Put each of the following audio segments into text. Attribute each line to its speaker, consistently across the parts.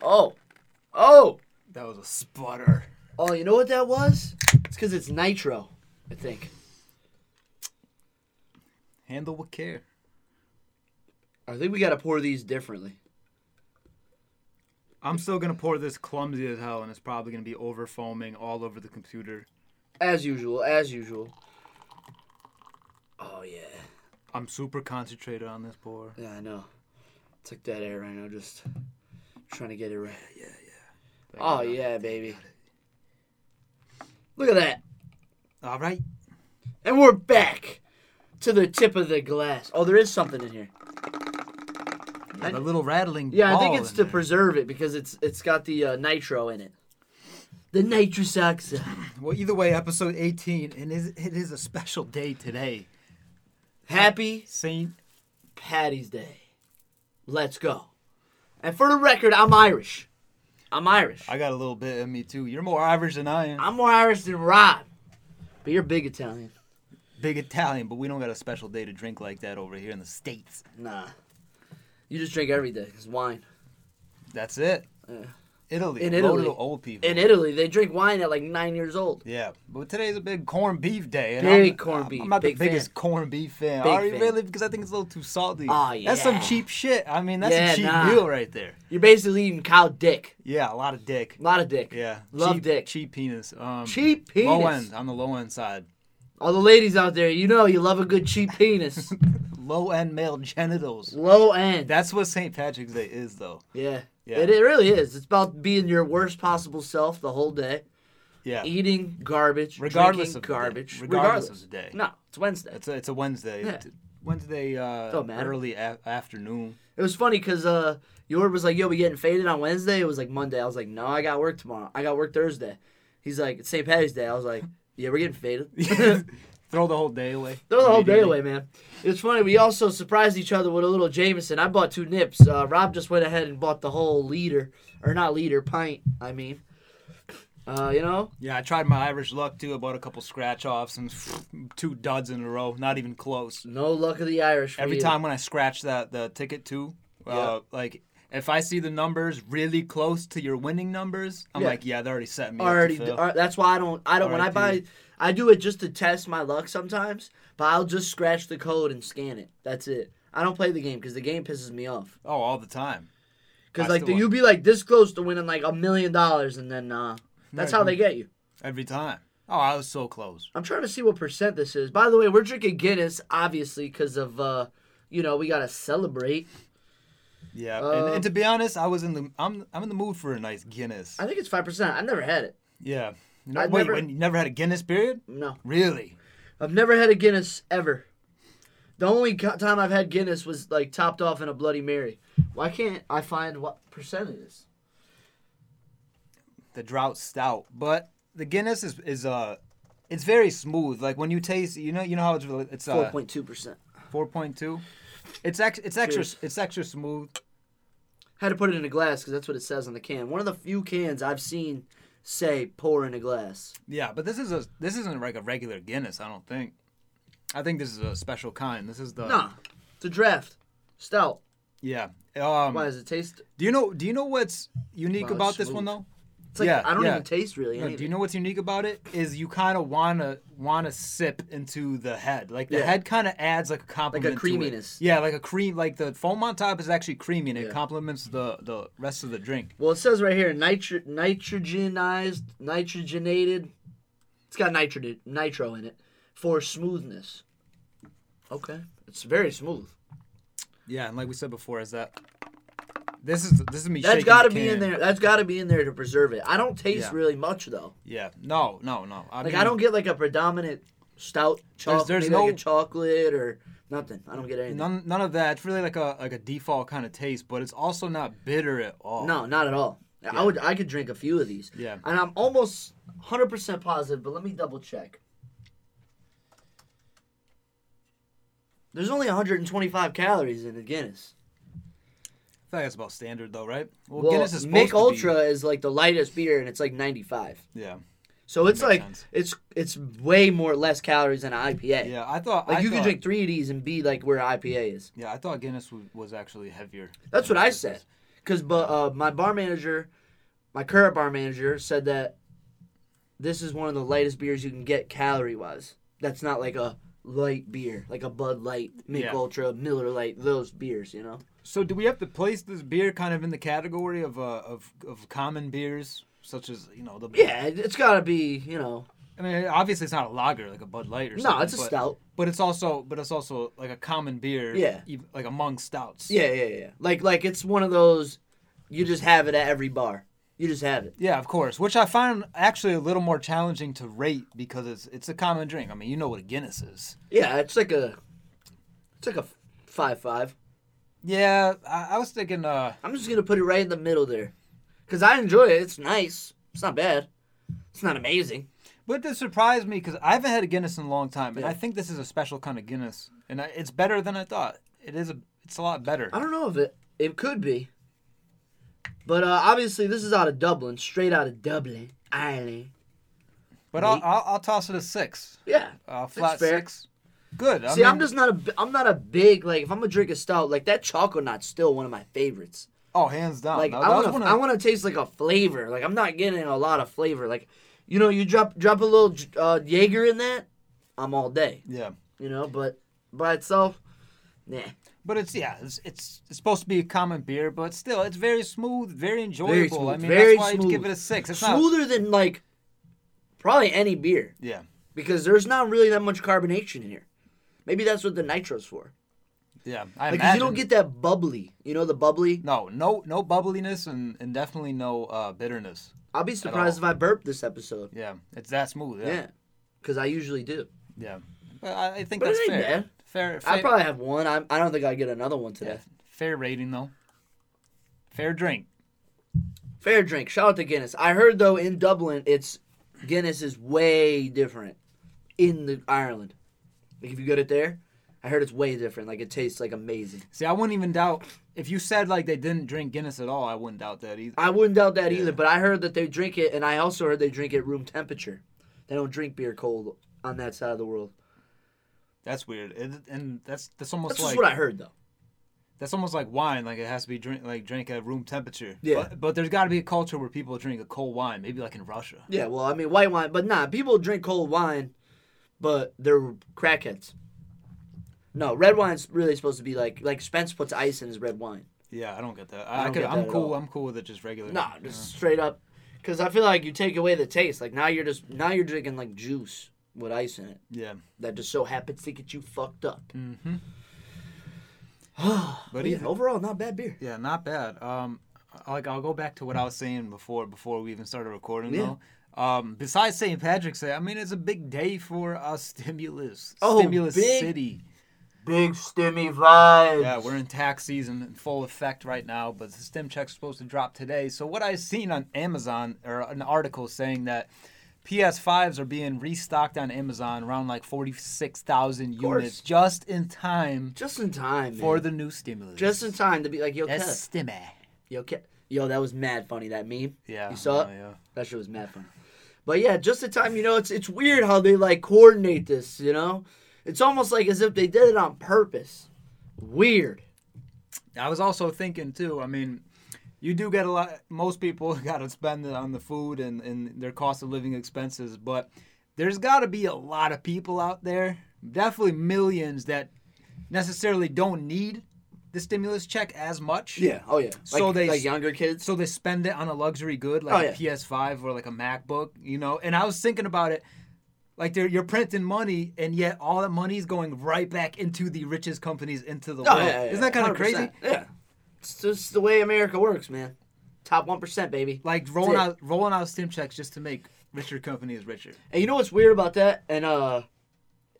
Speaker 1: Oh, oh,
Speaker 2: That was a sputter.
Speaker 1: oh! You know what that was? It's because it's nitro. I think.
Speaker 2: Handle with care.
Speaker 1: I think we gotta pour these differently.
Speaker 2: I'm still gonna pour this clumsy as hell, and it's probably gonna be over foaming all over the computer.
Speaker 1: As usual, as usual. Oh yeah,
Speaker 2: I'm super concentrated on this pour.
Speaker 1: yeah, I know. Took that air right now, just trying to get it right.
Speaker 2: Yeah, yeah.
Speaker 1: Oh yeah, baby. Look at that,
Speaker 2: All right.
Speaker 1: and we're back to the tip of the glass. Oh, there is something in here.
Speaker 2: Yeah, the little rattling.
Speaker 1: Yeah, I
Speaker 2: ball
Speaker 1: think it's
Speaker 2: in
Speaker 1: to
Speaker 2: there.
Speaker 1: preserve it because it's it's got the uh, nitro in it. The nitrous oxide.
Speaker 2: Well, either way, episode 18, and is it is a special day today.
Speaker 1: Happy
Speaker 2: Saint.
Speaker 1: Patty's Day. Let's go. And for the record, I'm Irish. I'm Irish.
Speaker 2: I got a little bit of me too. You're more Irish than I am.
Speaker 1: I'm more Irish than Rob. But you're big Italian.
Speaker 2: Big Italian, but we don't got a special day to drink like that over here in the states.
Speaker 1: Nah. You just drink every day. It's wine.
Speaker 2: That's it.
Speaker 1: Yeah.
Speaker 2: Italy.
Speaker 1: Uh, In
Speaker 2: loaded
Speaker 1: Italy.
Speaker 2: with old people.
Speaker 1: In Italy, they drink wine at like nine years old.
Speaker 2: Yeah, but today's a big corned beef day. And
Speaker 1: Big
Speaker 2: I'm,
Speaker 1: corned
Speaker 2: I'm-
Speaker 1: beef,
Speaker 2: I'm not
Speaker 1: big
Speaker 2: the biggest corned beef fan.
Speaker 1: Big
Speaker 2: Are you
Speaker 1: fan.
Speaker 2: really? Because I think it's a little too salty.
Speaker 1: Aw,
Speaker 2: That's some
Speaker 1: yeah.
Speaker 2: cheap shit. I mean, that's
Speaker 1: Yeah,
Speaker 2: a cheap
Speaker 1: nah.
Speaker 2: meal right there.
Speaker 1: You're basically eating cow dick.
Speaker 2: Yeah, a lot of dick.
Speaker 1: A lot of dick.
Speaker 2: Yeah.
Speaker 1: Love
Speaker 2: cheap,
Speaker 1: dick.
Speaker 2: Cheap penis. Um,
Speaker 1: Cheap
Speaker 2: Low
Speaker 1: penis.
Speaker 2: end, on the low end side.
Speaker 1: All the ladies out there, you know you love a good cheap penis.
Speaker 2: Low end male genitals.
Speaker 1: Low end.
Speaker 2: That's what St. Patrick's Day is, though.
Speaker 1: yeah.
Speaker 2: Yeah.
Speaker 1: It, it really is. It's about being your worst possible self the whole day.
Speaker 2: Yeah.
Speaker 1: eating garbage,
Speaker 2: Regardless
Speaker 1: drinking
Speaker 2: of the day.
Speaker 1: garbage,
Speaker 2: Regardless of the day.
Speaker 1: No, it's Wednesday.
Speaker 2: It's a, it's a Wednesday.
Speaker 1: Yeah.
Speaker 2: Wednesday uh,
Speaker 1: Don't matter.
Speaker 2: early a- afternoon.
Speaker 1: It was funny because uh, Yorb was like, "Yo, we getting faded on Wednesday." It was like Monday. I was like, "No, I got work tomorrow. I got work Thursday." He's like, "It's St. Patty's Day." I was like, "Yeah, we're getting faded." Throw
Speaker 2: Throw the whole day away.
Speaker 1: the whole day
Speaker 2: Immediately.
Speaker 1: away, man. It's funny. We also surprised each other with a little Jameson. I bought two nips. Uh, Rob just went ahead and bought the whole liter, or not liter, pint. I mean, uh, you know,
Speaker 2: Yeah, I tried my Irish luck too. I bought a couple scratch offs and two duds in a row. Not even close.
Speaker 1: no luck of the Irish. for
Speaker 2: Every
Speaker 1: you.
Speaker 2: time when I scratch that the ticket too, uh, like if I see the numbers really close to your winning numbers, I'm
Speaker 1: Yeah.
Speaker 2: like, yeah, they already set me up to
Speaker 1: already uh
Speaker 2: fail.
Speaker 1: ar- that's why i don't i don't when i buy
Speaker 2: RIP.
Speaker 1: i do it just to test my luck sometimes but i'll just scratch the code and scan it that's it i don't play the game because the game pisses me off
Speaker 2: oh, all the time.
Speaker 1: because
Speaker 2: I
Speaker 1: like
Speaker 2: still
Speaker 1: you'll be like this close to winning like a million dollars and then uh that's
Speaker 2: Right.
Speaker 1: how they get you
Speaker 2: Every time. Oh, I was so close.
Speaker 1: i'm trying to see what percent this is by the way we're drinking guinness obviously because of uh you know we gotta celebrate
Speaker 2: Yeah,
Speaker 1: Uh,
Speaker 2: and, and to be honest, I was in the I'm I'm in the mood for a nice Guinness.
Speaker 1: i think it's 5% i've never had it
Speaker 2: yeah. You know-
Speaker 1: I've
Speaker 2: wait,
Speaker 1: never-
Speaker 2: when you never had a Guinness period?
Speaker 1: no
Speaker 2: Really?
Speaker 1: I've never had a Guinness ever. The only co- time I've had Guinness was like topped off in a Bloody Mary. Why can't I find what percent it is?
Speaker 2: the drought stout, but the Guinness is is uh it's very smooth. Like when you taste, you know, you know how it's really- it's
Speaker 1: Four
Speaker 2: uh,
Speaker 1: point two percent.
Speaker 2: four point two. It's ex- it's extra
Speaker 1: Cheers.
Speaker 2: it's extra smooth.
Speaker 1: Had to put it in a glass because that's what it says on the can. One of the few cans I've seen say pour in a glass.
Speaker 2: Yeah, but this is a this isn't like a regular Guinness. I don't think. I think this is a special kind. This is the
Speaker 1: Nah, it's a draft stout.
Speaker 2: yeah. Um,
Speaker 1: Why does it taste?
Speaker 2: do you know do you know what's unique
Speaker 1: Wow, it's
Speaker 2: about this one
Speaker 1: smooth.
Speaker 2: though?
Speaker 1: It's like
Speaker 2: Yeah,
Speaker 1: I don't
Speaker 2: yeah.
Speaker 1: even taste really
Speaker 2: No,
Speaker 1: anything.
Speaker 2: do you know what's unique about it is you kind of wanna wanna sip into the head. Like the
Speaker 1: Yeah.
Speaker 2: head kind of adds like a compliment, to it.
Speaker 1: creaminess.
Speaker 2: Yeah, like a cream. Like the foam on top is actually creamy and it
Speaker 1: Yeah.
Speaker 2: complements the the rest of the drink.
Speaker 1: Well, it says right here nitro- nitrogenized, nitrogenated. It's got nitro nitro in it for smoothness. Okay, it's very smooth.
Speaker 2: Yeah, and like we said before, is that this is this is me.
Speaker 1: That's
Speaker 2: shaking
Speaker 1: got to
Speaker 2: the
Speaker 1: be in
Speaker 2: can.
Speaker 1: there. That's got to be in there to preserve it. I don't taste
Speaker 2: Yeah.
Speaker 1: really much though.
Speaker 2: Yeah. No. No. No. I
Speaker 1: Like
Speaker 2: mean,
Speaker 1: I don't get like a predominant stout chocolate.
Speaker 2: there's
Speaker 1: maybe like
Speaker 2: no-
Speaker 1: a chocolate or nothing. I don't get anything.
Speaker 2: None, none of that. It's really like a like a default kind of taste, but it's also not bitter at all.
Speaker 1: No, not at all. I would. I could drink a few of these.
Speaker 2: Yeah.
Speaker 1: And I'm almost 100 percent positive, but let me double check. There's only 125 calories in the Guinness.
Speaker 2: I think that's about standard though, right? Well,
Speaker 1: Well,
Speaker 2: Guinness is supposed
Speaker 1: Mick
Speaker 2: to be-
Speaker 1: Ultra is like the lightest beer, and it's like 95.
Speaker 2: Yeah.
Speaker 1: So it's
Speaker 2: makes
Speaker 1: like
Speaker 2: sense.
Speaker 1: it's it's way more less calories than an IPA.
Speaker 2: Yeah. I thought
Speaker 1: Like
Speaker 2: I
Speaker 1: you
Speaker 2: thought,
Speaker 1: could drink three of these and be like where IPA is.
Speaker 2: Yeah, I thought Guinness was, was actually heavier.
Speaker 1: That's
Speaker 2: than
Speaker 1: what I
Speaker 2: this is.
Speaker 1: said. because but uh, my bar manager, my current bar manager said that this is one of the lightest beers you can get calorie wise. That's not like a light beer, like a Bud Light, Mick
Speaker 2: Yeah.
Speaker 1: Ultra, Miller Light, those beers. You know,
Speaker 2: So do we have to place this beer kind of in the category of uh, of of common beers such as you know the
Speaker 1: yeah, it- it's got to be you know,
Speaker 2: I mean obviously it's not a lager like a Bud Light or
Speaker 1: no,
Speaker 2: something.
Speaker 1: it's a
Speaker 2: but,
Speaker 1: stout.
Speaker 2: But it's also but it's also like a common beer.
Speaker 1: Yeah.
Speaker 2: ev- like among stouts.
Speaker 1: Yeah, yeah, yeah. Like like it's one of those you just have it at every bar. You just have it.
Speaker 2: Yeah, of course. Which I find actually a little more challenging to rate because it's it's a common drink. I mean, you know what a Guinness is.
Speaker 1: Yeah, it's like a it's like a five five.
Speaker 2: Yeah, I, I was thinking. uh
Speaker 1: I'm just gonna put it right in the middle there, cause I enjoy it. It's nice. It's not bad. It's not amazing.
Speaker 2: But this surprised me because I haven't had a Guinness in a long time, and
Speaker 1: Yeah.
Speaker 2: I think this is a special kind of Guinness, and I, it's better than I thought. It is a, it's a lot better.
Speaker 1: I don't know if it it could be. But uh, obviously, this is out of Dublin, straight out of Dublin, Ireland.
Speaker 2: But I'll,
Speaker 1: Nate?
Speaker 2: I'll, I'll toss it a six,
Speaker 1: Yeah.
Speaker 2: uh, flat
Speaker 1: fair.
Speaker 2: six. Good. I
Speaker 1: See, I'm
Speaker 2: mean-
Speaker 1: just not a b- I'm not a big like. If I'm gonna drink a stout, like that chocolate nut's still one of my favorites.
Speaker 2: oh, hands down.
Speaker 1: Like
Speaker 2: That-
Speaker 1: I
Speaker 2: that was
Speaker 1: want
Speaker 2: one
Speaker 1: to,
Speaker 2: of-
Speaker 1: I want to taste like a flavor. Like I'm not getting a lot of flavor. Like, you know, you drop drop a little j- uh, Jaeger in that, I'm all day.
Speaker 2: yeah,
Speaker 1: You know, but by itself, nah.
Speaker 2: but it's yeah, it's, it's it's supposed to be a common beer, but still, it's very smooth, very enjoyable. I
Speaker 1: smooth,
Speaker 2: mean,
Speaker 1: very
Speaker 2: that's why I'd give
Speaker 1: smooth.
Speaker 2: it a six. It's not.
Speaker 1: Smoother than like probably any beer
Speaker 2: Yeah,
Speaker 1: because there's not really that much carbonation in here. Maybe that's what the nitro's for.
Speaker 2: yeah. I
Speaker 1: Like 'cause
Speaker 2: imagine.
Speaker 1: you don't get that bubbly. You know the bubbly.
Speaker 2: no, no, no bubbliness, and and definitely no uh, bitterness.
Speaker 1: I'll be surprised if I burp this episode.
Speaker 2: Yeah, it's that smooth. Yeah, yeah.
Speaker 1: Yeah, because I usually do.
Speaker 2: But I, I think
Speaker 1: But it
Speaker 2: that's
Speaker 1: ain't
Speaker 2: fair.
Speaker 1: bad.
Speaker 2: Fair.
Speaker 1: I
Speaker 2: fair-
Speaker 1: probably have one. I, I don't think I get another one today.
Speaker 2: Yeah. Fair rating though. Fair drink.
Speaker 1: Fair drink. Shout out to Guinness. I heard though in Dublin, it's Guinness is way different in the Ireland. Like if you get it there, I heard it's way different. Like it tastes like amazing.
Speaker 2: See, I wouldn't even doubt if you said like they didn't drink Guinness at all. I wouldn't doubt that either.
Speaker 1: I wouldn't doubt that
Speaker 2: Yeah.
Speaker 1: either. But I heard that they drink it, and I also heard they drink it room temperature. They don't drink beer cold on that side of the world.
Speaker 2: That's weird, It- and that's that's almost
Speaker 1: That's
Speaker 2: like
Speaker 1: just what I heard though.
Speaker 2: that's almost like wine. Like it has to be drink like drink at room temperature.
Speaker 1: Yeah.
Speaker 2: But, but there's got to be a culture where people drink a cold wine, maybe like in Russia.
Speaker 1: Yeah, well, I mean white wine, but nah, people drink cold wine, but they're crackheads. No, red wine's really supposed to be like like Spence puts ice in his red wine.
Speaker 2: Yeah, I don't get that.
Speaker 1: I
Speaker 2: I, I
Speaker 1: don't
Speaker 2: could,
Speaker 1: get that
Speaker 2: I'm
Speaker 1: at
Speaker 2: cool.
Speaker 1: all.
Speaker 2: I'm cool with it just regular.
Speaker 1: No, just straight up. Because I feel like you take away the taste. Like now you're just now you're drinking like juice with ice in it
Speaker 2: Yeah.
Speaker 1: that just so happens to get you fucked up.
Speaker 2: Mm-hmm.
Speaker 1: But
Speaker 2: but either,
Speaker 1: yeah, overall, not bad beer.
Speaker 2: Yeah, not bad. Um, I- like I'll go back to what I was saying before before we even started recording
Speaker 1: Yeah.
Speaker 2: though. Um, besides St. Patrick's Day, I mean it's a big day for uh, stimulus.
Speaker 1: Oh,
Speaker 2: stimulus
Speaker 1: big-
Speaker 2: city.
Speaker 1: Big stimmy vibes.
Speaker 2: Yeah, we're in tax season in full effect right now, but the stim check's supposed to drop today. So what I've seen on Amazon or an article saying that PS5s are being restocked on Amazon around like 46,000
Speaker 1: course.
Speaker 2: units just in time
Speaker 1: just in time, man.
Speaker 2: for the new stimulus.
Speaker 1: just in time to be like yo,
Speaker 2: That's
Speaker 1: Kev,
Speaker 2: stimmy.
Speaker 1: yo, Kev. yo, that was mad funny. That meme.
Speaker 2: Yeah.
Speaker 1: You saw it?
Speaker 2: yeah, yeah.
Speaker 1: That shit was mad funny. But yeah, just in time. You know, it's it's weird how they like coordinate this. You know, it's almost like as if they did it on purpose. Weird.
Speaker 2: I was also thinking too. I mean, you do get a lot. Most people got to spend it on the food and and their cost of living expenses, but there's got to be a lot of people out there, definitely millions that necessarily don't need the stimulus check as much.
Speaker 1: Oh yeah. Like,
Speaker 2: So they-
Speaker 1: like younger kids.
Speaker 2: So they spend it on a luxury good like
Speaker 1: Oh, yeah.
Speaker 2: a PS5 or like a MacBook, you know. And I was thinking about it, like they're you're printing money, and yet all that money is going right back into the richest companies into the
Speaker 1: Oh,
Speaker 2: world.
Speaker 1: yeah, yeah,
Speaker 2: Isn't that kind of
Speaker 1: 100%.
Speaker 2: crazy?
Speaker 1: Yeah. It's just the way America works, man. Top 1%, baby.
Speaker 2: like rolling
Speaker 1: That's
Speaker 2: out rolling out stim checks just to make richer companies richer.
Speaker 1: And you know what's weird about that? And uh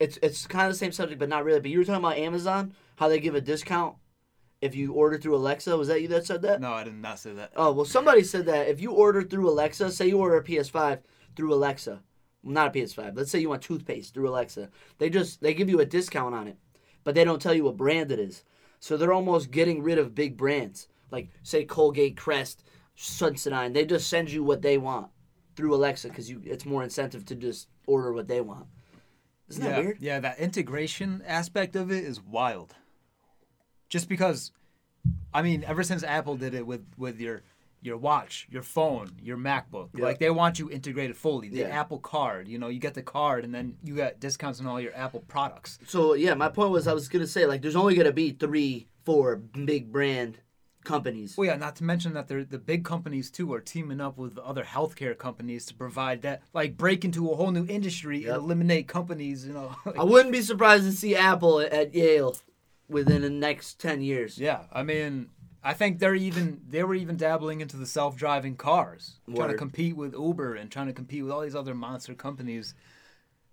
Speaker 1: it's it's kind of the same subject but not really. But you were talking about Amazon, how they give a discount if you order through Alexa. Was that you that said that?
Speaker 2: No, I did not say that.
Speaker 1: Oh, well somebody said that if you order through Alexa, say you order a PS5 through Alexa. Not a PS5. Let's say you want toothpaste through Alexa. They just they give you a discount on it, but they don't tell you what brand it is. So they're almost getting rid of big brands. Like say Colgate, Crest, Sensodyne. They just send you what they want through Alexa cuz you it's more incentive to just order what they want. Isn't
Speaker 2: yeah,
Speaker 1: that weird?
Speaker 2: yeah, that integration aspect of it is wild. Just because I mean, ever since Apple did it with with your your watch, your phone, your MacBook,
Speaker 1: Yeah.
Speaker 2: like they want you integrated fully. The
Speaker 1: Yeah.
Speaker 2: Apple Card, you know, you get the card, and then you got discounts on all your Apple products.
Speaker 1: So yeah, my point was I was gonna say like there's only gonna be three, four big brand companies.
Speaker 2: Well, Oh, yeah, not to mention that they're, the big companies too are teaming up with other healthcare companies to provide that, like break into a whole new industry
Speaker 1: Yep.
Speaker 2: and eliminate companies. You know,
Speaker 1: I wouldn't be surprised to see Apple at- at Yale within the next ten years.
Speaker 2: Yeah, I mean, I think they're even they were even dabbling into the self-driving cars, trying to
Speaker 1: Word.
Speaker 2: compete with Uber and trying to compete with all these other monster companies.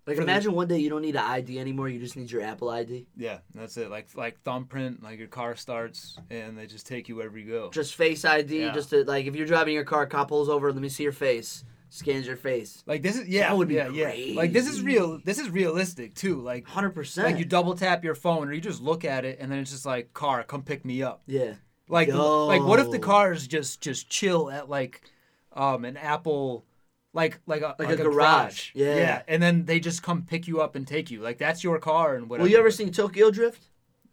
Speaker 1: Like
Speaker 2: For the-
Speaker 1: imagine one day you don't need an ID anymore. You just need your Apple ID.
Speaker 2: Yeah, that's it. Like like thumbprint, like your car starts and they just take you wherever you go.
Speaker 1: Just Face ID.
Speaker 2: Yeah.
Speaker 1: Just to, like if you're driving your car, cop pulls over. Let me see your face. Scans your face.
Speaker 2: Like this is yeah,
Speaker 1: That would be
Speaker 2: yeah, yeah. Like this is
Speaker 1: crazy.
Speaker 2: real. This is realistic too. Like
Speaker 1: Hundred
Speaker 2: like you
Speaker 1: percent.
Speaker 2: double tap your phone or you just look at it and then it's just like car, come pick me up.
Speaker 1: Yeah.
Speaker 2: Like like what if the
Speaker 1: Yo.
Speaker 2: cars just just chill at like um an Apple like like a
Speaker 1: Like a garage. Yeah.
Speaker 2: Yeah. And then they just come pick you up and take you. Like that's your car and whatever.
Speaker 1: Well, you ever seen Tokyo Drift?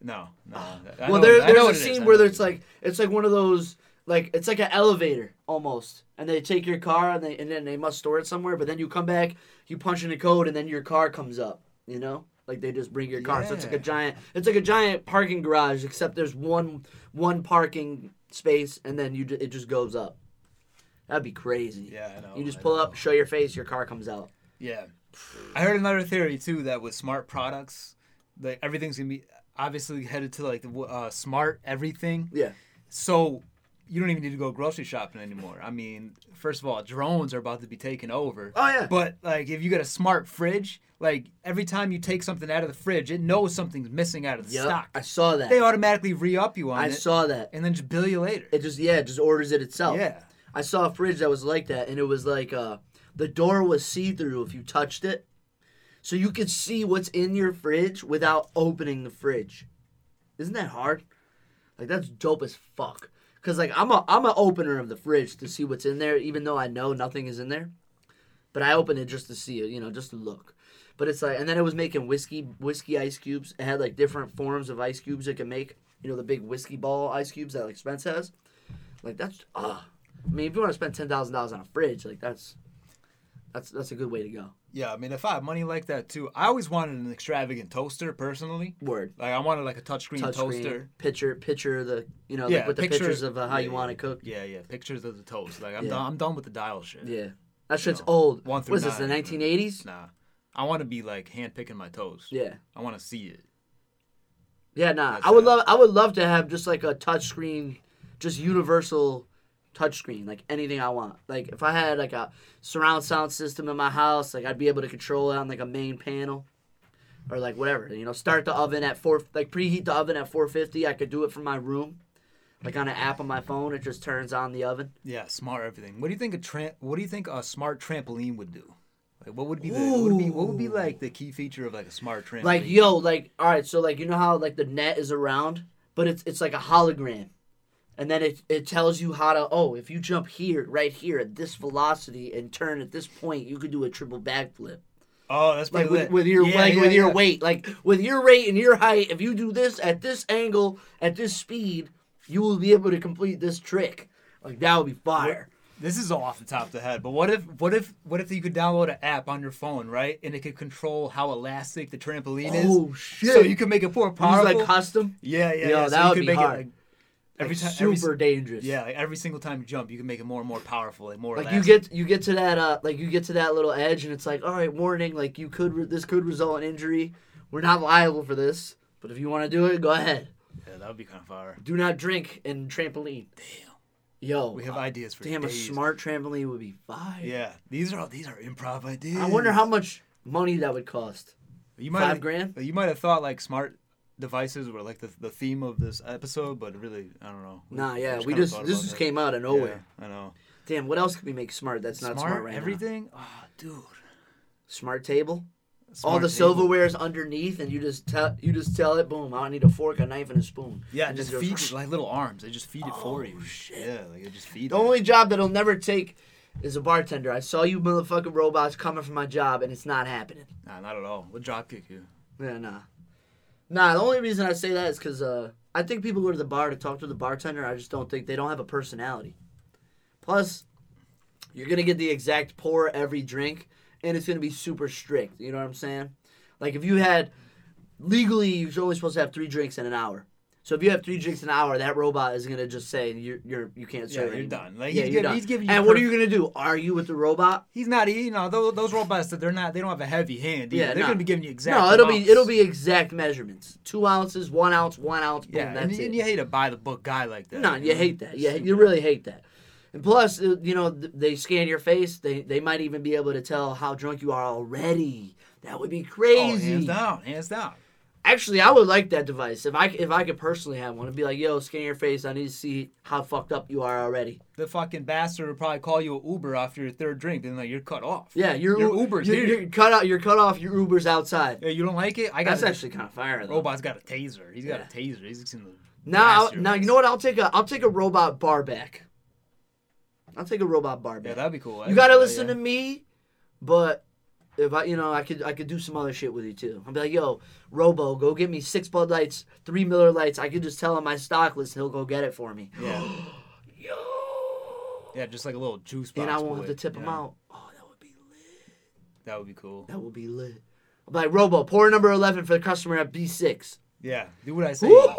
Speaker 2: No, no. I know-
Speaker 1: Well, there,
Speaker 2: I know
Speaker 1: there's
Speaker 2: what it
Speaker 1: a
Speaker 2: is,
Speaker 1: scene
Speaker 2: I
Speaker 1: where
Speaker 2: know
Speaker 1: it's
Speaker 2: what it
Speaker 1: like it's like one of those like it's like an elevator almost, and they take your car and they and then they must store it somewhere. But then you come back, you punch in a code, and then your car comes up. You know, like they just bring your car. So it's like a
Speaker 2: Yeah.
Speaker 1: giant, it's like a giant parking garage, except there's one one parking space, and then you ju- it just goes up. That'd be crazy.
Speaker 2: is. Yeah, I know.
Speaker 1: You just
Speaker 2: I
Speaker 1: pull
Speaker 2: know.
Speaker 1: up, show your face, your car comes out.
Speaker 2: Yeah. I heard another theory too that with smart products, like everything's gonna be obviously headed to like the w- uh, smart everything.
Speaker 1: Yeah.
Speaker 2: So you don't even need to go grocery shopping anymore. I mean, first of all, drones are about to be taken over.
Speaker 1: Oh, yeah.
Speaker 2: But like, if you got a smart fridge, like every time you take something out of the fridge, it knows something's missing out of the
Speaker 1: Yep. I
Speaker 2: stock.
Speaker 1: saw that.
Speaker 2: They automatically re-up you on
Speaker 1: I
Speaker 2: it,
Speaker 1: saw that.
Speaker 2: and then just bill you later.
Speaker 1: It just yeah, it just orders it itself.
Speaker 2: yeah.
Speaker 1: I saw a fridge that was like that, and it was like uh, the door was see through if you touched it, so you could see what's in your fridge without opening the fridge. Isn't that hard? Like that's dope as fuck. Cause like I'm a I'm an opener of the fridge to see what's in there, even though I know nothing is in there. But I open it just to see it, you know, just to look. But it's like, and then it was making whiskey whiskey ice cubes. It had like different forms of ice cubes it could make. You know, the big whiskey ball ice cubes that like Spence has. Like that's ah. I mean, if you want to spend ten thousand dollars on a fridge, like that's that's that's a good way to go.
Speaker 2: Yeah, I mean, if I had money like that too, I always wanted an extravagant toaster personally.
Speaker 1: Word.
Speaker 2: Like I wanted like a touchscreen
Speaker 1: Touch
Speaker 2: toaster.
Speaker 1: screen, picture, picture the you know
Speaker 2: Yeah,
Speaker 1: like with the
Speaker 2: picture-
Speaker 1: pictures of uh, how
Speaker 2: yeah,
Speaker 1: you want to cook.
Speaker 2: Yeah, yeah. Pictures of the toast. Like I'm
Speaker 1: Yeah.
Speaker 2: done. I'm done with the dial shit.
Speaker 1: Yeah, that shit's
Speaker 2: know,
Speaker 1: old.
Speaker 2: one
Speaker 1: What
Speaker 2: through
Speaker 1: is this? The
Speaker 2: nine.
Speaker 1: nineteen eighties?
Speaker 2: Nah. I want to be like hand picking my toes.
Speaker 1: Yeah,
Speaker 2: I want to see it.
Speaker 1: yeah. Nah,
Speaker 2: That's
Speaker 1: I would
Speaker 2: sad.
Speaker 1: love, I would love to have just like a touch screen, just universal touch screen, like anything I want. Like if I had like a surround sound system in my house, like I'd be able to control it on like a main panel. Or like whatever, you know, start the oven at four, like preheat the oven at 450. I could do it from my room, like on an app on my phone. It just turns on the oven.
Speaker 2: Yeah, smart everything. What do you think a tramp? What do you think a smart trampoline would do? Like, what would be the what would be what would be
Speaker 1: Ooh.
Speaker 2: like the key feature of like a smart trampoline?
Speaker 1: Like yo, like all right, so like you know how like the net is around, but it's it's like a hologram, and then it it tells you how to oh if you jump here right here at this velocity and turn at this point you could do a triple backflip
Speaker 2: oh, that's
Speaker 1: like
Speaker 2: pretty
Speaker 1: with,
Speaker 2: lit.
Speaker 1: with your
Speaker 2: Yeah,
Speaker 1: like
Speaker 2: yeah,
Speaker 1: with your
Speaker 2: yeah.
Speaker 1: weight like with your weight and your height if you do this at this angle at this speed you will be able to complete this trick like that would be fire
Speaker 2: This is all off the top of the head, but what if what if what if you could download an app on your phone, right? And it could control how elastic the trampoline is.
Speaker 1: oh shit
Speaker 2: So you could make it more
Speaker 1: Use,
Speaker 2: powerful.
Speaker 1: like custom
Speaker 2: yeah, yeah,
Speaker 1: Yo,
Speaker 2: yeah. So
Speaker 1: that
Speaker 2: you
Speaker 1: would
Speaker 2: could
Speaker 1: be
Speaker 2: make
Speaker 1: hard.
Speaker 2: It, like, every
Speaker 1: like,
Speaker 2: time,
Speaker 1: super
Speaker 2: every s-
Speaker 1: dangerous
Speaker 2: yeah, like every single time you jump, you can make it more and more powerful, like more.
Speaker 1: like you
Speaker 2: elastic.
Speaker 1: get you get to that uh like you get to that little edge and it's like all right warning like you could re- this could result in injury we're not liable for this but if you want to do it go ahead
Speaker 2: Yeah, that would be kind of fire.
Speaker 1: do not drink and trampoline damn yo
Speaker 2: We have
Speaker 1: uh,
Speaker 2: ideas for
Speaker 1: damn a
Speaker 2: days.
Speaker 1: smart trampoline would be fire
Speaker 2: Yeah, these are all these are improv ideas.
Speaker 1: i wonder how much money that would cost
Speaker 2: you might
Speaker 1: five
Speaker 2: have,
Speaker 1: grand
Speaker 2: You might have thought like smart devices were like the, the theme of this episode, but really, I don't know.
Speaker 1: nah yeah
Speaker 2: just
Speaker 1: we
Speaker 2: kinda
Speaker 1: just
Speaker 2: thought
Speaker 1: this
Speaker 2: about
Speaker 1: just
Speaker 2: that.
Speaker 1: came out of nowhere
Speaker 2: Yeah, I know.
Speaker 1: damn what else could we make smart that's not smart, right now?
Speaker 2: everything. Oh, dude.
Speaker 1: smart table all
Speaker 2: Smart
Speaker 1: the
Speaker 2: table.
Speaker 1: silverware is underneath and you just tell you just tell it boom i don't need a fork a knife and a spoon
Speaker 2: Yeah,
Speaker 1: And
Speaker 2: just
Speaker 1: it goes-
Speaker 2: feed it, like little arms. They just feed it
Speaker 1: Oh,
Speaker 2: for you.
Speaker 1: shit.
Speaker 2: Yeah, like they just feed.
Speaker 1: The only job that'll never take is a bartender. I saw you motherfucking robots coming for my job, and it's not happening.
Speaker 2: it. Nah, not at all. We'll dropkick you.
Speaker 1: Yeah, nah. Nah, the only reason I say that is because uh, I think people go to the bar to talk to the bartender. I just don't think they don't have a personality. Plus, you're gonna get the exact pour every drink, and it's gonna be super strict. You know what I'm saying? Like if you had legally, you're only supposed to have three drinks in an hour. So if you have three drinks an hour, that robot is gonna just say you're you're you can't
Speaker 2: Yeah,
Speaker 1: serve.
Speaker 2: you're
Speaker 1: anymore.
Speaker 2: done. Like,
Speaker 1: yeah,
Speaker 2: he's
Speaker 1: you're
Speaker 2: giving-
Speaker 1: done.
Speaker 2: he's giving you
Speaker 1: and what are
Speaker 2: perf-
Speaker 1: you gonna do? Are you with the robot?
Speaker 2: He's not. You know, those, those robots that they're not. They don't have a heavy hand. Either.
Speaker 1: Yeah,
Speaker 2: they're
Speaker 1: no.
Speaker 2: gonna be giving you exact.
Speaker 1: No, it'll
Speaker 2: amounts.
Speaker 1: be it'll be exact measurements. Two ounces, one ounce, one ounce. Boom,
Speaker 2: Yeah, and,
Speaker 1: that's
Speaker 2: you-
Speaker 1: it.
Speaker 2: and you hate a by the book guy like that.
Speaker 1: No, you
Speaker 2: know?
Speaker 1: hate that. Yeah,
Speaker 2: Stupid.
Speaker 1: you really hate that. And plus, uh, you know, th- they scan your face. They they might even be able to tell how drunk you are already. That would be
Speaker 2: Oh, hands
Speaker 1: crazy.
Speaker 2: down, hands down.
Speaker 1: Actually, I would like that device if I c- if I could personally have one. It'd be like, yo, scan your face. I need to see how fucked up you are already.
Speaker 2: The fucking bastard would probably call you an Uber after your third drink, and like you're cut off.
Speaker 1: Yeah, your,
Speaker 2: Your
Speaker 1: U-
Speaker 2: Uber's
Speaker 1: your-
Speaker 2: here.
Speaker 1: your cut out. Your cut off. Your Uber's outside.
Speaker 2: Hey, you don't like it? I got
Speaker 1: That's
Speaker 2: a-
Speaker 1: actually kind of fire though.
Speaker 2: Robot's got a taser. He's got
Speaker 1: Yeah.
Speaker 2: a taser. He's in the
Speaker 1: Now,
Speaker 2: blast your
Speaker 1: now you
Speaker 2: ass.
Speaker 1: know what? I'll take a I'll take a robot bar back. I'll take a robot bar
Speaker 2: Yeah,
Speaker 1: back.
Speaker 2: that'd be cool.
Speaker 1: you gotta listen to me, but if I you know I could I could do some other shit with you too. I'll be like, yo, Robo, go get me six Bud Lights, three Miller Lights. I could just tell him my stock list, and he'll go get it for me.
Speaker 2: Yeah,
Speaker 1: Yo,
Speaker 2: yeah, just like a little juice box.
Speaker 1: and I won't have
Speaker 2: boy,
Speaker 1: to tip
Speaker 2: you
Speaker 1: him
Speaker 2: know?
Speaker 1: out. Oh, that would be lit.
Speaker 2: That would be cool.
Speaker 1: That would be lit. I'm like Robo, pour number eleven for the customer at B six.
Speaker 2: Yeah, do what I say.
Speaker 1: Woohoo!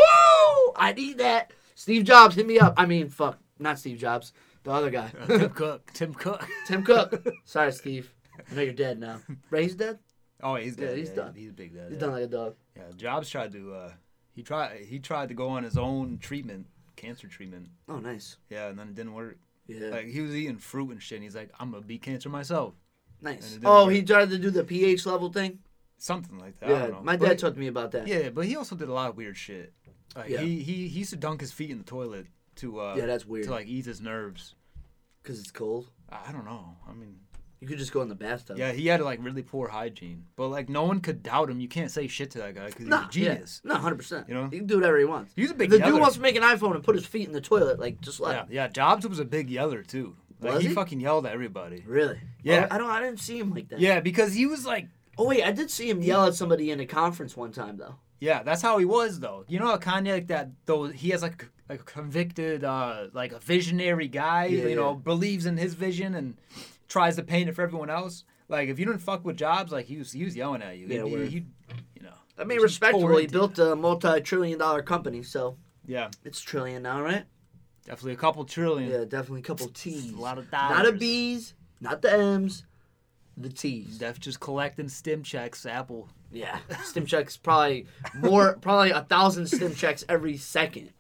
Speaker 1: I need that. Steve Jobs, hit me up. I mean, fuck, not Steve Jobs, the other guy,
Speaker 2: Tim Cook. Tim Cook.
Speaker 1: Tim Cook. Sorry, Steve. I know you're dead now. Right? He's dead.
Speaker 2: Oh, he's
Speaker 1: Yeah,
Speaker 2: dead.
Speaker 1: he's done.
Speaker 2: He's big dead.
Speaker 1: He's
Speaker 2: yeah.
Speaker 1: done like a dog.
Speaker 2: Yeah, Jobs tried to. Uh, he tried. He tried to go on his own treatment, cancer treatment.
Speaker 1: Oh, nice.
Speaker 2: Yeah, and then it didn't work.
Speaker 1: Yeah.
Speaker 2: Like he was eating fruit and shit. And he's like, I'm gonna beat cancer myself. and it
Speaker 1: nice.
Speaker 2: didn't
Speaker 1: Oh,
Speaker 2: work.
Speaker 1: he tried to do the pH level thing.
Speaker 2: Something like that. I
Speaker 1: Yeah,
Speaker 2: don't know.
Speaker 1: my
Speaker 2: But-
Speaker 1: dad told me about that. Yeah,
Speaker 2: Yeah, but he also did a lot of weird shit. Like
Speaker 1: Yeah.
Speaker 2: he, he he used to dunk his feet in the toilet to uh
Speaker 1: that's weird.
Speaker 2: to like ease his nerves.
Speaker 1: Cause it's cold.
Speaker 2: I I don't know. I mean,
Speaker 1: You could just go in the bathtub.
Speaker 2: yeah, he had like really poor hygiene, but like no one could doubt him. You can't say shit to that guy because he's
Speaker 1: Nah,
Speaker 2: a genius.
Speaker 1: Yeah. No, hundred percent.
Speaker 2: You know?
Speaker 1: he can do whatever he wants.
Speaker 2: He was a
Speaker 1: If
Speaker 2: big
Speaker 1: the
Speaker 2: yeller.
Speaker 1: dude wants to make an iPhone and put his feet in the toilet, like just let
Speaker 2: yeah,
Speaker 1: him.
Speaker 2: yeah. Jobs was a big yeller too. Like
Speaker 1: Was
Speaker 2: he,
Speaker 1: he?
Speaker 2: fucking yelled at everybody.
Speaker 1: Really?
Speaker 2: Yeah.
Speaker 1: Oh, I don't. I didn't see him like that.
Speaker 2: Yeah, because he was like,
Speaker 1: Oh wait, I did see him yell at somebody in a conference one time though.
Speaker 2: yeah, that's how he was though. You know how Kanye like that though? He has like a convicted, uh like a visionary guy.
Speaker 1: Yeah,
Speaker 2: you know,
Speaker 1: yeah.
Speaker 2: believes in his vision and tries to paint it for everyone else. Like if you didn't fuck with Jobs, like he was he was yelling at you.
Speaker 1: Yeah,
Speaker 2: he,
Speaker 1: word.
Speaker 2: he, you know.
Speaker 1: I mean,
Speaker 2: He's
Speaker 1: respectable,
Speaker 2: pouring
Speaker 1: he
Speaker 2: tea.
Speaker 1: built a multi-trillion-dollar company, so
Speaker 2: Yeah,
Speaker 1: it's trillion now, right?
Speaker 2: definitely a couple trillion.
Speaker 1: Yeah, definitely a couple T's.
Speaker 2: A lot of dollars.
Speaker 1: Not a B's, not the M's, the T's.
Speaker 2: Def just collecting stim checks. Apple.
Speaker 1: Yeah, stim checks probably more, probably a thousand stim checks every second.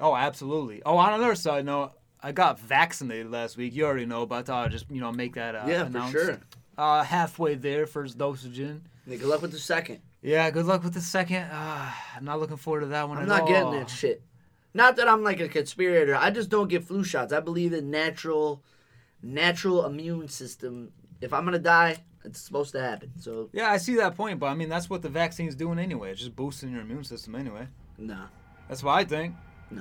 Speaker 2: Oh, absolutely. Oh, on another side note, I got vaccinated last week. You already know, but I thought I'd just you know make that uh,
Speaker 1: Yeah, for
Speaker 2: announced.
Speaker 1: sure.
Speaker 2: Uh, halfway there, first dosage in.
Speaker 1: Good luck with the second.
Speaker 2: Yeah, good luck with the second. Uh, I'm not looking forward to that one.
Speaker 1: I'm
Speaker 2: at
Speaker 1: not getting
Speaker 2: all.
Speaker 1: that shit. Not that I'm like a conspirator. I just don't get flu shots. I believe in natural, natural immune system. If I'm gonna die, it's supposed to happen. So
Speaker 2: Yeah, I see that point, but I mean that's what the vaccine's doing anyway. It's just boosting your immune system anyway.
Speaker 1: nah,
Speaker 2: That's what I think.
Speaker 1: nah,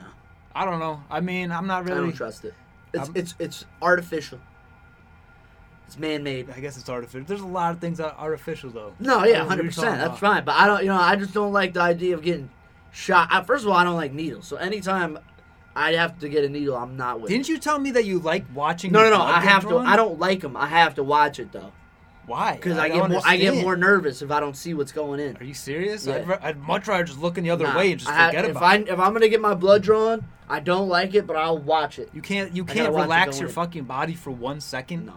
Speaker 2: I don't know. I mean, I'm not
Speaker 1: I
Speaker 2: really.
Speaker 1: don't trust it. It's
Speaker 2: I'm-
Speaker 1: it's it's artificial. It's man-made.
Speaker 2: I guess it's artificial. There's a lot of things that are artificial though.
Speaker 1: No, yeah,
Speaker 2: I don't know what
Speaker 1: hundred
Speaker 2: you're talking
Speaker 1: percent. That's
Speaker 2: about.
Speaker 1: fine. But I don't, you know, I just don't like the idea of getting shot. I, first of all, I don't like needles. So anytime I have to get a needle, I'm not with. it.
Speaker 2: Didn't you tell me that you like watching?
Speaker 1: No, no,
Speaker 2: your
Speaker 1: no.
Speaker 2: blood
Speaker 1: I
Speaker 2: get
Speaker 1: have to.
Speaker 2: drawn?
Speaker 1: I don't like them. I have to watch it though,
Speaker 2: Why?
Speaker 1: because I,
Speaker 2: don't
Speaker 1: get more. I get
Speaker 2: understand.
Speaker 1: more nervous if I don't see what's going in.
Speaker 2: Are you serious?
Speaker 1: Yeah.
Speaker 2: I'd, ra- I'd much rather just look in the other
Speaker 1: Nah,
Speaker 2: way and just
Speaker 1: I ha-
Speaker 2: forget
Speaker 1: if
Speaker 2: about
Speaker 1: I,
Speaker 2: it.
Speaker 1: If I'm gonna get my blood drawn, I don't like it, but I'll watch it.
Speaker 2: You can't you
Speaker 1: gotta
Speaker 2: can't
Speaker 1: watch it
Speaker 2: relax
Speaker 1: going
Speaker 2: your
Speaker 1: in.
Speaker 2: fucking body for one second.
Speaker 1: No.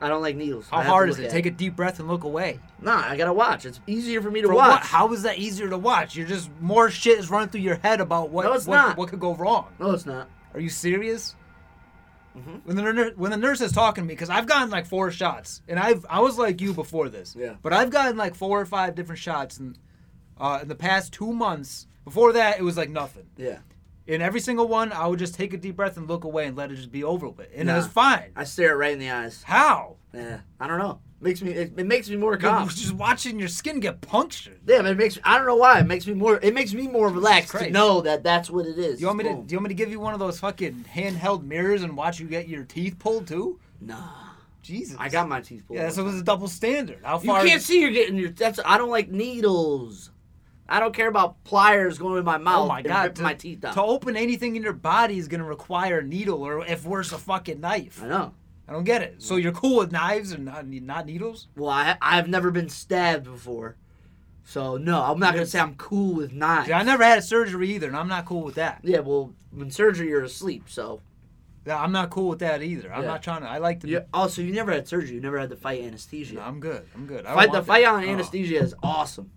Speaker 1: I don't like needles.
Speaker 2: How hard is it? Take a deep breath and look away.
Speaker 1: Nah, I gotta watch. It's easier for me to
Speaker 2: For
Speaker 1: watch.
Speaker 2: what? How is that easier to watch? You're just more shit is running through your head about what
Speaker 1: No, it's
Speaker 2: what,
Speaker 1: not.
Speaker 2: what could go wrong.
Speaker 1: No, it's not.
Speaker 2: Are you serious?
Speaker 1: Mm-hmm.
Speaker 2: When the nur- when the nurse is talking to me, because I've gotten like four shots, and I've I was like you before this,
Speaker 1: Yeah.
Speaker 2: But I've gotten like four or five different shots in, uh, in the past two months. Before that, it was like nothing.
Speaker 1: Yeah.
Speaker 2: In every single one, I would just take a deep breath and look away and let it just be over with, and it
Speaker 1: Nah.
Speaker 2: was fine.
Speaker 1: I stare it right in the eyes.
Speaker 2: How?
Speaker 1: Yeah. I don't know. Makes me. It, it makes me more
Speaker 2: God,
Speaker 1: calm.
Speaker 2: was just watching your skin get punctured.
Speaker 1: Yeah, but it makes. I don't know why. It makes me more. It makes me more relaxed to
Speaker 2: Christ.
Speaker 1: know that that's what it is.
Speaker 2: You want me to?
Speaker 1: Boom.
Speaker 2: Do you want me to give you one of those fucking handheld mirrors and watch you get your teeth pulled too?
Speaker 1: Nah.
Speaker 2: Jesus,
Speaker 1: I got my teeth pulled.
Speaker 2: Yeah, so it was a double standard. How
Speaker 1: you
Speaker 2: far?
Speaker 1: can't see you're getting your. That's. I don't like needles. I don't care about pliers going in my mouth
Speaker 2: Oh my
Speaker 1: and
Speaker 2: god,
Speaker 1: ripping
Speaker 2: to,
Speaker 1: my teeth out.
Speaker 2: to open anything in your body is gonna require a needle, or if worse, a fucking knife.
Speaker 1: I know.
Speaker 2: I don't get it. So you're cool with knives and not, not needles?
Speaker 1: Well, I, I've never been stabbed before, so no, I'm not gonna say I'm cool with knives.
Speaker 2: See, I never had a surgery either, and I'm not cool with that.
Speaker 1: Yeah, well, in surgery you're asleep, so
Speaker 2: Yeah, I'm not cool with that either. I'm
Speaker 1: Yeah.
Speaker 2: not trying to. I like to.
Speaker 1: you also you never had surgery. You never had to fight anesthesia.
Speaker 2: No, I'm good. I'm good. I
Speaker 1: fight
Speaker 2: don't
Speaker 1: the
Speaker 2: want
Speaker 1: fight
Speaker 2: that.
Speaker 1: on
Speaker 2: No,
Speaker 1: anesthesia is awesome.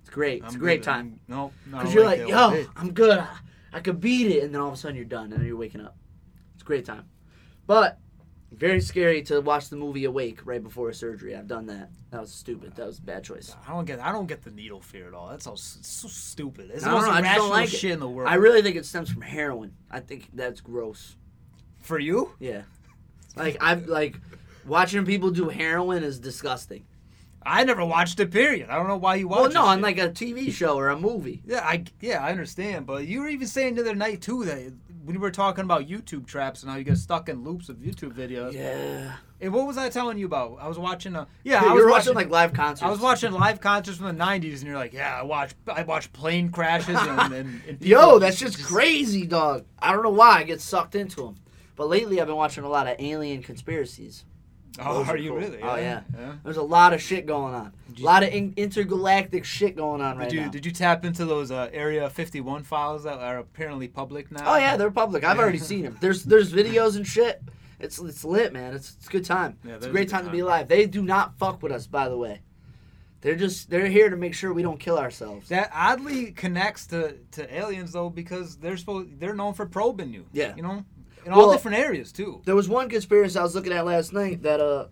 Speaker 1: It's great. It's
Speaker 2: I'm
Speaker 1: a great
Speaker 2: good.
Speaker 1: time
Speaker 2: I'm- No, no. I
Speaker 1: because
Speaker 2: don't
Speaker 1: you're like,
Speaker 2: that one
Speaker 1: yo,
Speaker 2: bit.
Speaker 1: I'm good. I, I could beat it, and then all of a sudden you're done, and then you're waking up. It's a great time, but very scary to watch the movie Awake right before a surgery. I've done that. That was stupid. That was a bad choice.
Speaker 2: I don't get. I don't get the needle fear at all. That's all s- so stupid. It's
Speaker 1: I
Speaker 2: the
Speaker 1: don't
Speaker 2: most
Speaker 1: know, I just don't
Speaker 2: irrational
Speaker 1: like it.
Speaker 2: shit in the world.
Speaker 1: I really think it stems from heroin. I think that's gross.
Speaker 2: For you?
Speaker 1: Yeah, like I've like watching people do heroin is disgusting.
Speaker 2: I never watched it. Period. I don't know why you watch.
Speaker 1: Well, no,
Speaker 2: this
Speaker 1: on
Speaker 2: shit.
Speaker 1: like a TV show or a movie.
Speaker 2: Yeah, I yeah I understand, but you were even saying the other night too that when we were talking about YouTube traps and how you get stuck in loops of YouTube videos.
Speaker 1: Yeah,
Speaker 2: And what was I telling you about? I was watching a yeah.
Speaker 1: Dude,
Speaker 2: I was
Speaker 1: you're watching, like live concerts.
Speaker 2: I was watching live concerts from the '90s, and you're like, yeah, I watch I watch plane crashes and, and, and
Speaker 1: Yo,
Speaker 2: people
Speaker 1: that's just, crazy, dog. I don't know why I get sucked into them. But lately, I've been watching a lot of alien conspiracies.
Speaker 2: Oh,
Speaker 1: Those
Speaker 2: are
Speaker 1: are
Speaker 2: you
Speaker 1: cool.
Speaker 2: really?
Speaker 1: Oh, There's a lot of shit going on. A lot of in- intergalactic shit going on right
Speaker 2: Did you
Speaker 1: now.
Speaker 2: did you tap into those uh, Area 51 files that are apparently public now?
Speaker 1: Oh yeah, they're public. I've already seen them. There's there's videos and shit. It's it's lit, man. It's it's a good time.
Speaker 2: Yeah,
Speaker 1: it's
Speaker 2: that
Speaker 1: a
Speaker 2: is
Speaker 1: great
Speaker 2: a good
Speaker 1: time, to be
Speaker 2: time.
Speaker 1: alive. They do not fuck with us, by the way. They're just they're here to make sure we don't kill ourselves.
Speaker 2: That oddly connects to, to aliens though because they're supposed they're known for probing you.
Speaker 1: Yeah.
Speaker 2: You know, in all
Speaker 1: Well-
Speaker 2: different areas too.
Speaker 1: There was one conspiracy I was looking at last night that uh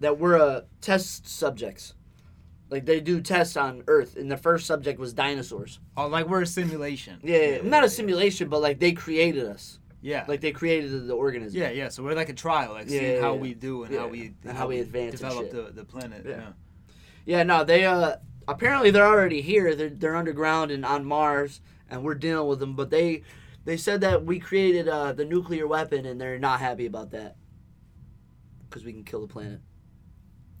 Speaker 1: that were uh test subjects. Like they do tests on Earth, and the first subject was dinosaurs.
Speaker 2: Oh, like we're a simulation.
Speaker 1: Yeah, yeah, yeah. not a simulation, but like they created us.
Speaker 2: Yeah.
Speaker 1: Like they created the organism.
Speaker 2: yeah, yeah. So we're like a trial, like
Speaker 1: Yeah,
Speaker 2: seeing
Speaker 1: yeah,
Speaker 2: how
Speaker 1: yeah.
Speaker 2: we do and how
Speaker 1: Yeah.
Speaker 2: we
Speaker 1: And how we advance and
Speaker 2: develop
Speaker 1: shit.
Speaker 2: the, the planet.
Speaker 1: Yeah.
Speaker 2: Yeah.
Speaker 1: Yeah, no, they uh apparently they're already here. They're they're underground and on Mars, and we're dealing with them. But they they said that we created uh, the nuclear weapon, and they're not happy about that because we can kill the planet.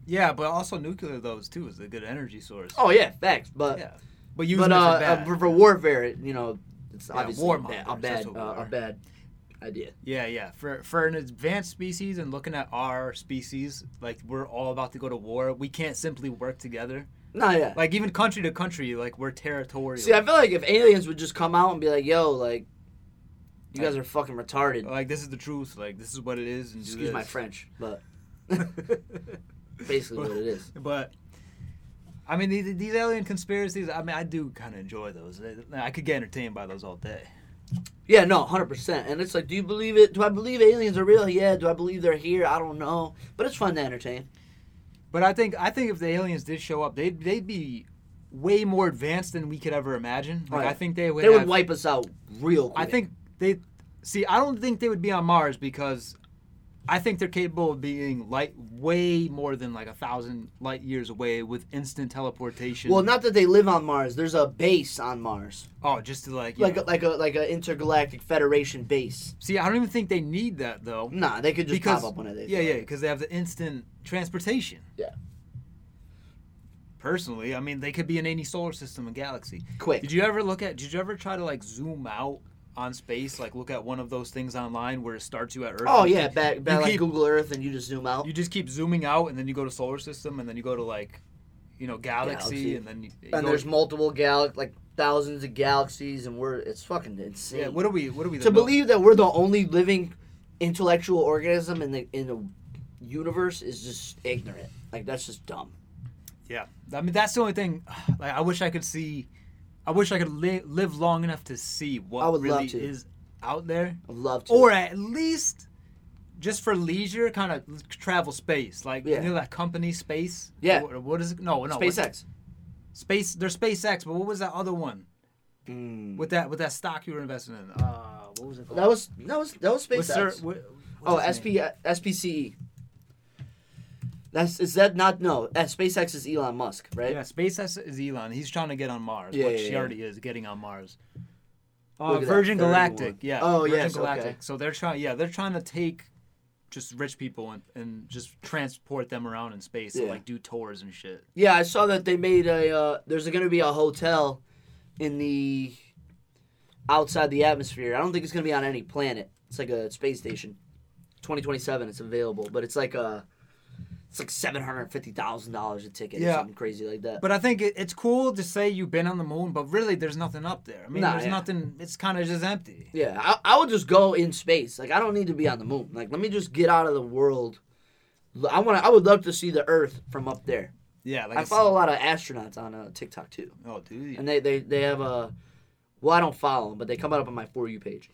Speaker 2: Yeah, but also nuclear those too is a good energy source.
Speaker 1: Oh yeah, facts. But
Speaker 2: yeah. But using
Speaker 1: but
Speaker 2: it
Speaker 1: uh,
Speaker 2: for
Speaker 1: uh,
Speaker 2: bad.
Speaker 1: for, for warfare, it- you know, it's
Speaker 2: Yeah,
Speaker 1: obviously
Speaker 2: war
Speaker 1: a bad, a
Speaker 2: mongers, that's
Speaker 1: bad,
Speaker 2: what we
Speaker 1: uh, a
Speaker 2: are.
Speaker 1: bad idea.
Speaker 2: Yeah, yeah. For for an advanced species and looking at our species, like we're all about to go to war. We can't simply work together.
Speaker 1: No, yeah.
Speaker 2: Like even country to country, like we're territorial.
Speaker 1: See, I feel like if aliens would just come out and be like, "Yo, like, you guys are fucking retarded."
Speaker 2: like this is the truth. Like this is what it is. And Oh, do
Speaker 1: Excuse my
Speaker 2: this.
Speaker 1: French, but
Speaker 2: but,
Speaker 1: basically what it is.
Speaker 2: I mean, these, these alien conspiracies. I mean, I do kind of enjoy those. I could get entertained by those all day.
Speaker 1: Yeah, no, hundred percent. And it's like, do you believe it? Do I believe aliens are real? Yeah. Do I believe they're here? I don't know. But it's fun to entertain.
Speaker 2: But I think I think if the aliens did show up, they'd they'd be way more advanced than we could ever imagine. Like
Speaker 1: Oh, yeah.
Speaker 2: I think they would.
Speaker 1: They would
Speaker 2: have-
Speaker 1: wipe us out real quick.
Speaker 2: I think they see. I don't think they would be on Mars because I think they're capable of being light way more than like a thousand light years away with instant teleportation.
Speaker 1: Well, not that they live on Mars. There's a base on Mars,
Speaker 2: oh, just to like, you
Speaker 1: like uh,
Speaker 2: know.
Speaker 1: a, like a like a intergalactic Federation base.
Speaker 2: see, I don't even think they need that though.
Speaker 1: Nah, they could just
Speaker 2: because
Speaker 1: pop up one of these.
Speaker 2: yeah, yeah, because they have the instant transportation.
Speaker 1: Yeah.
Speaker 2: Personally, I mean, they could be in any solar system and galaxy.
Speaker 1: Quick.
Speaker 2: Did you ever look at? Did you ever try to like zoom out on space? Like look at one of those things online where it starts you at Earth.
Speaker 1: Oh
Speaker 2: and you
Speaker 1: yeah,
Speaker 2: keep-
Speaker 1: back back
Speaker 2: you
Speaker 1: like
Speaker 2: keep-
Speaker 1: Google Earth, and you just zoom out.
Speaker 2: you just keep zooming out and then you go to solar system and then you go to like you know galaxy,
Speaker 1: Galaxy.
Speaker 2: and then you, you
Speaker 1: and
Speaker 2: go-
Speaker 1: there's multiple gal like thousands of galaxies, and we're it's fucking insane.
Speaker 2: yeah, what are we what are we
Speaker 1: to
Speaker 2: the mil-
Speaker 1: believe that we're the only living intellectual organism in the in the universe is just ignorant. Like that's just dumb.
Speaker 2: yeah i mean that's the only thing like i wish i could see i wish i could li- live long enough to see what
Speaker 1: I would love
Speaker 2: really
Speaker 1: to.
Speaker 2: is out there
Speaker 1: I'd love to.
Speaker 2: or at least just for leisure kind of travel space like
Speaker 1: Yeah.
Speaker 2: you know that company space
Speaker 1: Yeah.
Speaker 2: Or- or what is it no no what-
Speaker 1: SpaceX.
Speaker 2: space there's spacex but what was that other one
Speaker 1: Mm.
Speaker 2: with that with that stock you were investing in uh what was it called
Speaker 1: That was that was that was
Speaker 2: What's their-
Speaker 1: SpaceX.
Speaker 2: what-
Speaker 1: oh,
Speaker 2: what's his name?
Speaker 1: SP SPCE. E. That's is that not no? uh, SpaceX is Elon Musk, right?
Speaker 2: Yeah, SpaceX is Elon. He's trying to get on Mars,
Speaker 1: Yeah,
Speaker 2: which
Speaker 1: yeah,
Speaker 2: he
Speaker 1: yeah.
Speaker 2: already is getting on Mars.
Speaker 1: Look
Speaker 2: Uh,
Speaker 1: at that
Speaker 2: Virgin
Speaker 1: third
Speaker 2: Galactic,
Speaker 1: one.
Speaker 2: yeah.
Speaker 1: Oh,
Speaker 2: Virgin
Speaker 1: yes, okay.
Speaker 2: Galactic. So they're trying, yeah, they're trying to take just rich people and, and just transport them around in space and
Speaker 1: Yeah.
Speaker 2: like do tours and shit.
Speaker 1: Yeah, I saw that they made a. Uh, there's going to be a hotel in the outside the atmosphere. I don't think it's going to be on any planet. It's like a space station. 2027, it's available, but it's like a. It's like seven hundred fifty thousand dollars a ticket or
Speaker 2: Yeah.
Speaker 1: something crazy like that.
Speaker 2: But I think it, it's cool to say you've been on the moon, but really there's nothing up there. I mean,
Speaker 1: Nah,
Speaker 2: there's
Speaker 1: yeah.
Speaker 2: nothing. It's kind of just empty.
Speaker 1: Yeah, I, I would just go in space. Like I don't need to be on the moon. Like let me just get out of the world. L- I want. to I would love to see the Earth from up there.
Speaker 2: Yeah, like
Speaker 1: I
Speaker 2: s-
Speaker 1: follow a lot of astronauts on uh, TikTok too,
Speaker 2: Oh, dude.
Speaker 1: and they they they have a. Well, I don't follow them, but they come out up on my for you page,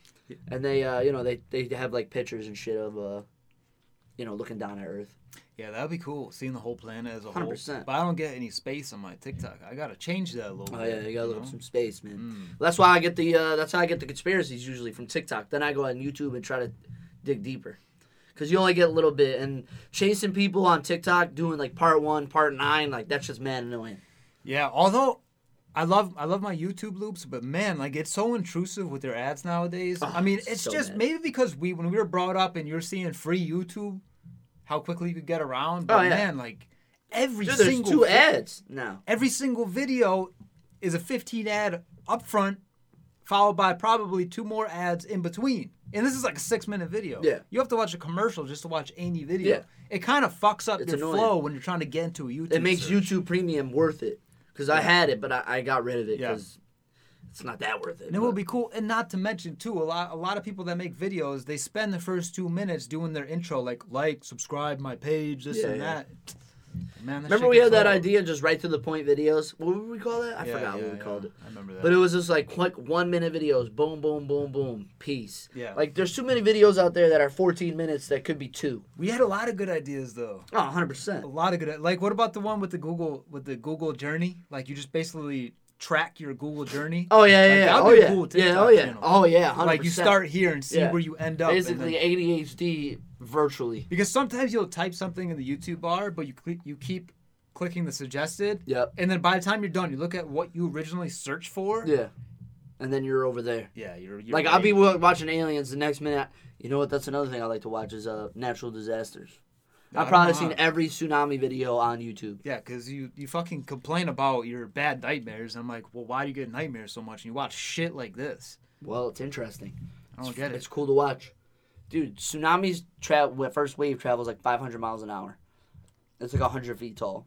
Speaker 1: and they uh you know they they have like pictures and shit of uh, you know looking down at Earth.
Speaker 2: Yeah, that'd be cool. Seeing the whole planet as a whole.
Speaker 1: 100%.
Speaker 2: But I don't get any space on my TikTok. I gotta change that a little.
Speaker 1: Oh
Speaker 2: bit,
Speaker 1: yeah, you gotta look
Speaker 2: know?
Speaker 1: up some space, man. Well, that's why I get the uh, that's how I get the conspiracies usually from TikTok. Then I go on YouTube and try to dig deeper, because you only get a little bit. And chasing people on TikTok doing like part one, part nine, like that's just mad annoying.
Speaker 2: Yeah, although I love I love my YouTube loops, but man, like it's so intrusive with their ads nowadays.
Speaker 1: Oh,
Speaker 2: I mean, it's
Speaker 1: so
Speaker 2: just
Speaker 1: bad.
Speaker 2: maybe because we when we were brought up and you're seeing free YouTube, how quickly you could get around.
Speaker 1: Oh,
Speaker 2: But
Speaker 1: yeah.
Speaker 2: man, like every
Speaker 1: Dude, there's
Speaker 2: single
Speaker 1: two
Speaker 2: vi-
Speaker 1: ads now.
Speaker 2: every single video is a 15 ad up front, followed by probably two more ads in between. And this is like a six minute video.
Speaker 1: Yeah.
Speaker 2: You have to watch a commercial just to watch any video.
Speaker 1: Yeah.
Speaker 2: It kind of fucks up
Speaker 1: It's
Speaker 2: your
Speaker 1: annoying.
Speaker 2: flow when you're trying to get into a YouTube.
Speaker 1: It makes
Speaker 2: search.
Speaker 1: YouTube Premium worth it, because I had it, but I, I got rid of it
Speaker 2: Yeah.
Speaker 1: because it's not that worth it.
Speaker 2: And it will
Speaker 1: but-
Speaker 2: be cool, and not to mention too, a lot a lot of people that make videos, they spend the first two minutes doing their intro, like like, subscribe my page, this
Speaker 1: Yeah,
Speaker 2: and
Speaker 1: yeah.
Speaker 2: that. Man, that
Speaker 1: Remember
Speaker 2: shit
Speaker 1: we had
Speaker 2: gets
Speaker 1: that
Speaker 2: old.
Speaker 1: idea, just right to the point videos. What would we call that? I
Speaker 2: Yeah,
Speaker 1: forgot
Speaker 2: yeah,
Speaker 1: what we
Speaker 2: yeah.
Speaker 1: called it.
Speaker 2: I remember that.
Speaker 1: But it was just like quick one minute videos. Boom, boom, boom, boom. Peace.
Speaker 2: Yeah.
Speaker 1: Like there's too many videos out there that are 14 minutes that could be two.
Speaker 2: we had a lot of good ideas though.
Speaker 1: Oh, 100
Speaker 2: A
Speaker 1: percent.
Speaker 2: lot of good. Like, what about the one with the Google with the Google journey? Like, you just basically track your Google journey.
Speaker 1: Oh yeah, yeah,
Speaker 2: Like,
Speaker 1: yeah.
Speaker 2: that'd
Speaker 1: Oh
Speaker 2: be a
Speaker 1: yeah.
Speaker 2: cool
Speaker 1: yeah.
Speaker 2: TikTok
Speaker 1: Oh yeah.
Speaker 2: channel.
Speaker 1: Oh yeah. 100
Speaker 2: Like, you start here and see
Speaker 1: Yeah.
Speaker 2: where you end up. and
Speaker 1: basically
Speaker 2: then-
Speaker 1: ADHD virtually.
Speaker 2: because sometimes you'll type something in the YouTube bar, but you cl- you keep clicking the suggested.
Speaker 1: Yep.
Speaker 2: And then by the time you're done, you look at what you originally searched for.
Speaker 1: Yeah. And then you're over there.
Speaker 2: Yeah, you're, you're
Speaker 1: Like I'll be
Speaker 2: way-
Speaker 1: wa- watching Aliens the next minute. You know what? That's another thing I like to watch is uh natural disasters.
Speaker 2: I
Speaker 1: I've
Speaker 2: don't
Speaker 1: probably
Speaker 2: know
Speaker 1: seen
Speaker 2: how.
Speaker 1: every tsunami video on YouTube.
Speaker 2: Yeah, because you, you fucking complain about your bad nightmares. I'm like, well, why do you get nightmares so much? And you watch shit like this.
Speaker 1: Well, it's interesting.
Speaker 2: I don't get it.
Speaker 1: It's cool to watch. Dude, tsunamis tra- wa- first wave travels like 500 miles an hour. It's like 100 feet tall.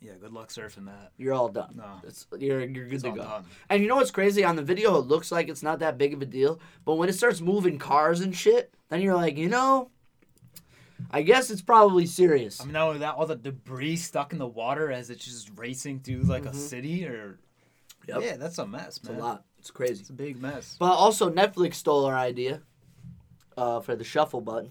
Speaker 2: Yeah, good luck surfing that.
Speaker 1: You're all done.
Speaker 2: No.
Speaker 1: It's, you're, you're good to
Speaker 2: all
Speaker 1: go.
Speaker 2: done.
Speaker 1: And you know what's crazy? On the video, it looks like it's not that big of a deal. But when it starts moving cars and shit, then you're like, you know, I guess it's probably serious.
Speaker 2: I mean, now with that all the debris stuck in the water as it's just racing through like a city or.
Speaker 1: Yep.
Speaker 2: Yeah, that's Mm-hmm. a mess, man.
Speaker 1: It's a lot. It's crazy.
Speaker 2: It's a big mess.
Speaker 1: But also, Netflix stole our idea uh, for the shuffle button.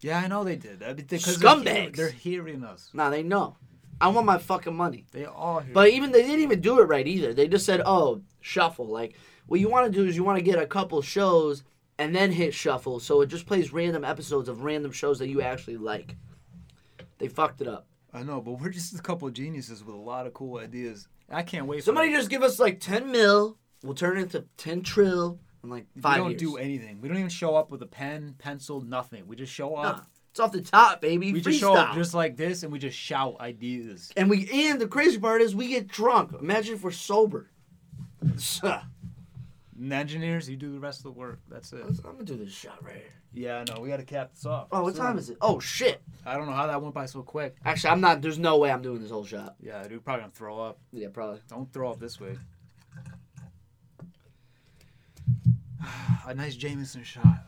Speaker 2: Yeah, I know they did. I mean, because they're hear-
Speaker 1: Scumbags.
Speaker 2: They're, hearing us.
Speaker 1: Now they know. I want my fucking money.
Speaker 2: They all hear.
Speaker 1: But even they didn't even do it right either. They just said, "Oh, shuffle." Like what you want to do is you want to get a couple shows and then hit shuffle, so it just plays random episodes of random shows that you actually like. They fucked it up.
Speaker 2: I know, but we're just a couple of geniuses with a lot of cool ideas. I can't wait.
Speaker 1: Somebody
Speaker 2: for
Speaker 1: just give us like ten mil. We'll turn it into ten trill in like
Speaker 2: we
Speaker 1: five
Speaker 2: don't
Speaker 1: years.
Speaker 2: do anything. We don't even show up with a pen, pencil, nothing. We just show up.
Speaker 1: Nah, it's off the top, baby.
Speaker 2: We
Speaker 1: Freestyle.
Speaker 2: just show up just like this, and we just shout ideas.
Speaker 1: and we and the crazy part is we get drunk. Imagine if we're sober. I'm
Speaker 2: And the engineers, you do the rest of the work. That's it.
Speaker 1: gonna do this shot right here.
Speaker 2: Yeah, I know. We got to cap this off.
Speaker 1: Oh, what time is it? Oh shit!
Speaker 2: I don't know how that went by so quick.
Speaker 1: Actually, I'm not. There's no way I'm doing this whole shot.
Speaker 2: Yeah, dude, probably gonna throw up.
Speaker 1: Yeah, probably.
Speaker 2: Don't throw up this way. a nice Jameson shot.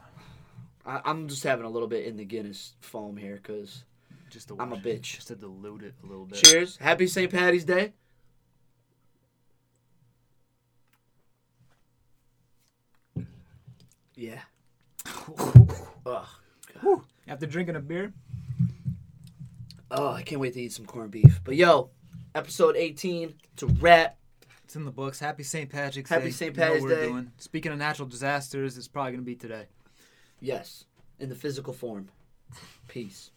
Speaker 1: I, I'm just having a little bit in the Guinness foam here because.
Speaker 2: Just to
Speaker 1: I'm a
Speaker 2: wash it,
Speaker 1: bitch.
Speaker 2: Just to dilute it a little bit.
Speaker 1: Cheers. Happy St. Patty's Day. Yeah. Ugh.
Speaker 2: After drinking a beer,
Speaker 1: Oh, I can't wait to eat some corned beef. But yo, episode 18 to wrap.
Speaker 2: It's in the books. Happy St. Patrick's
Speaker 1: Happy
Speaker 2: Day.
Speaker 1: St.
Speaker 2: You know what
Speaker 1: Patrick's
Speaker 2: we're
Speaker 1: Day.
Speaker 2: doing. Speaking of natural disasters, it's probably going to be today.
Speaker 1: Yes, in the physical form. Peace.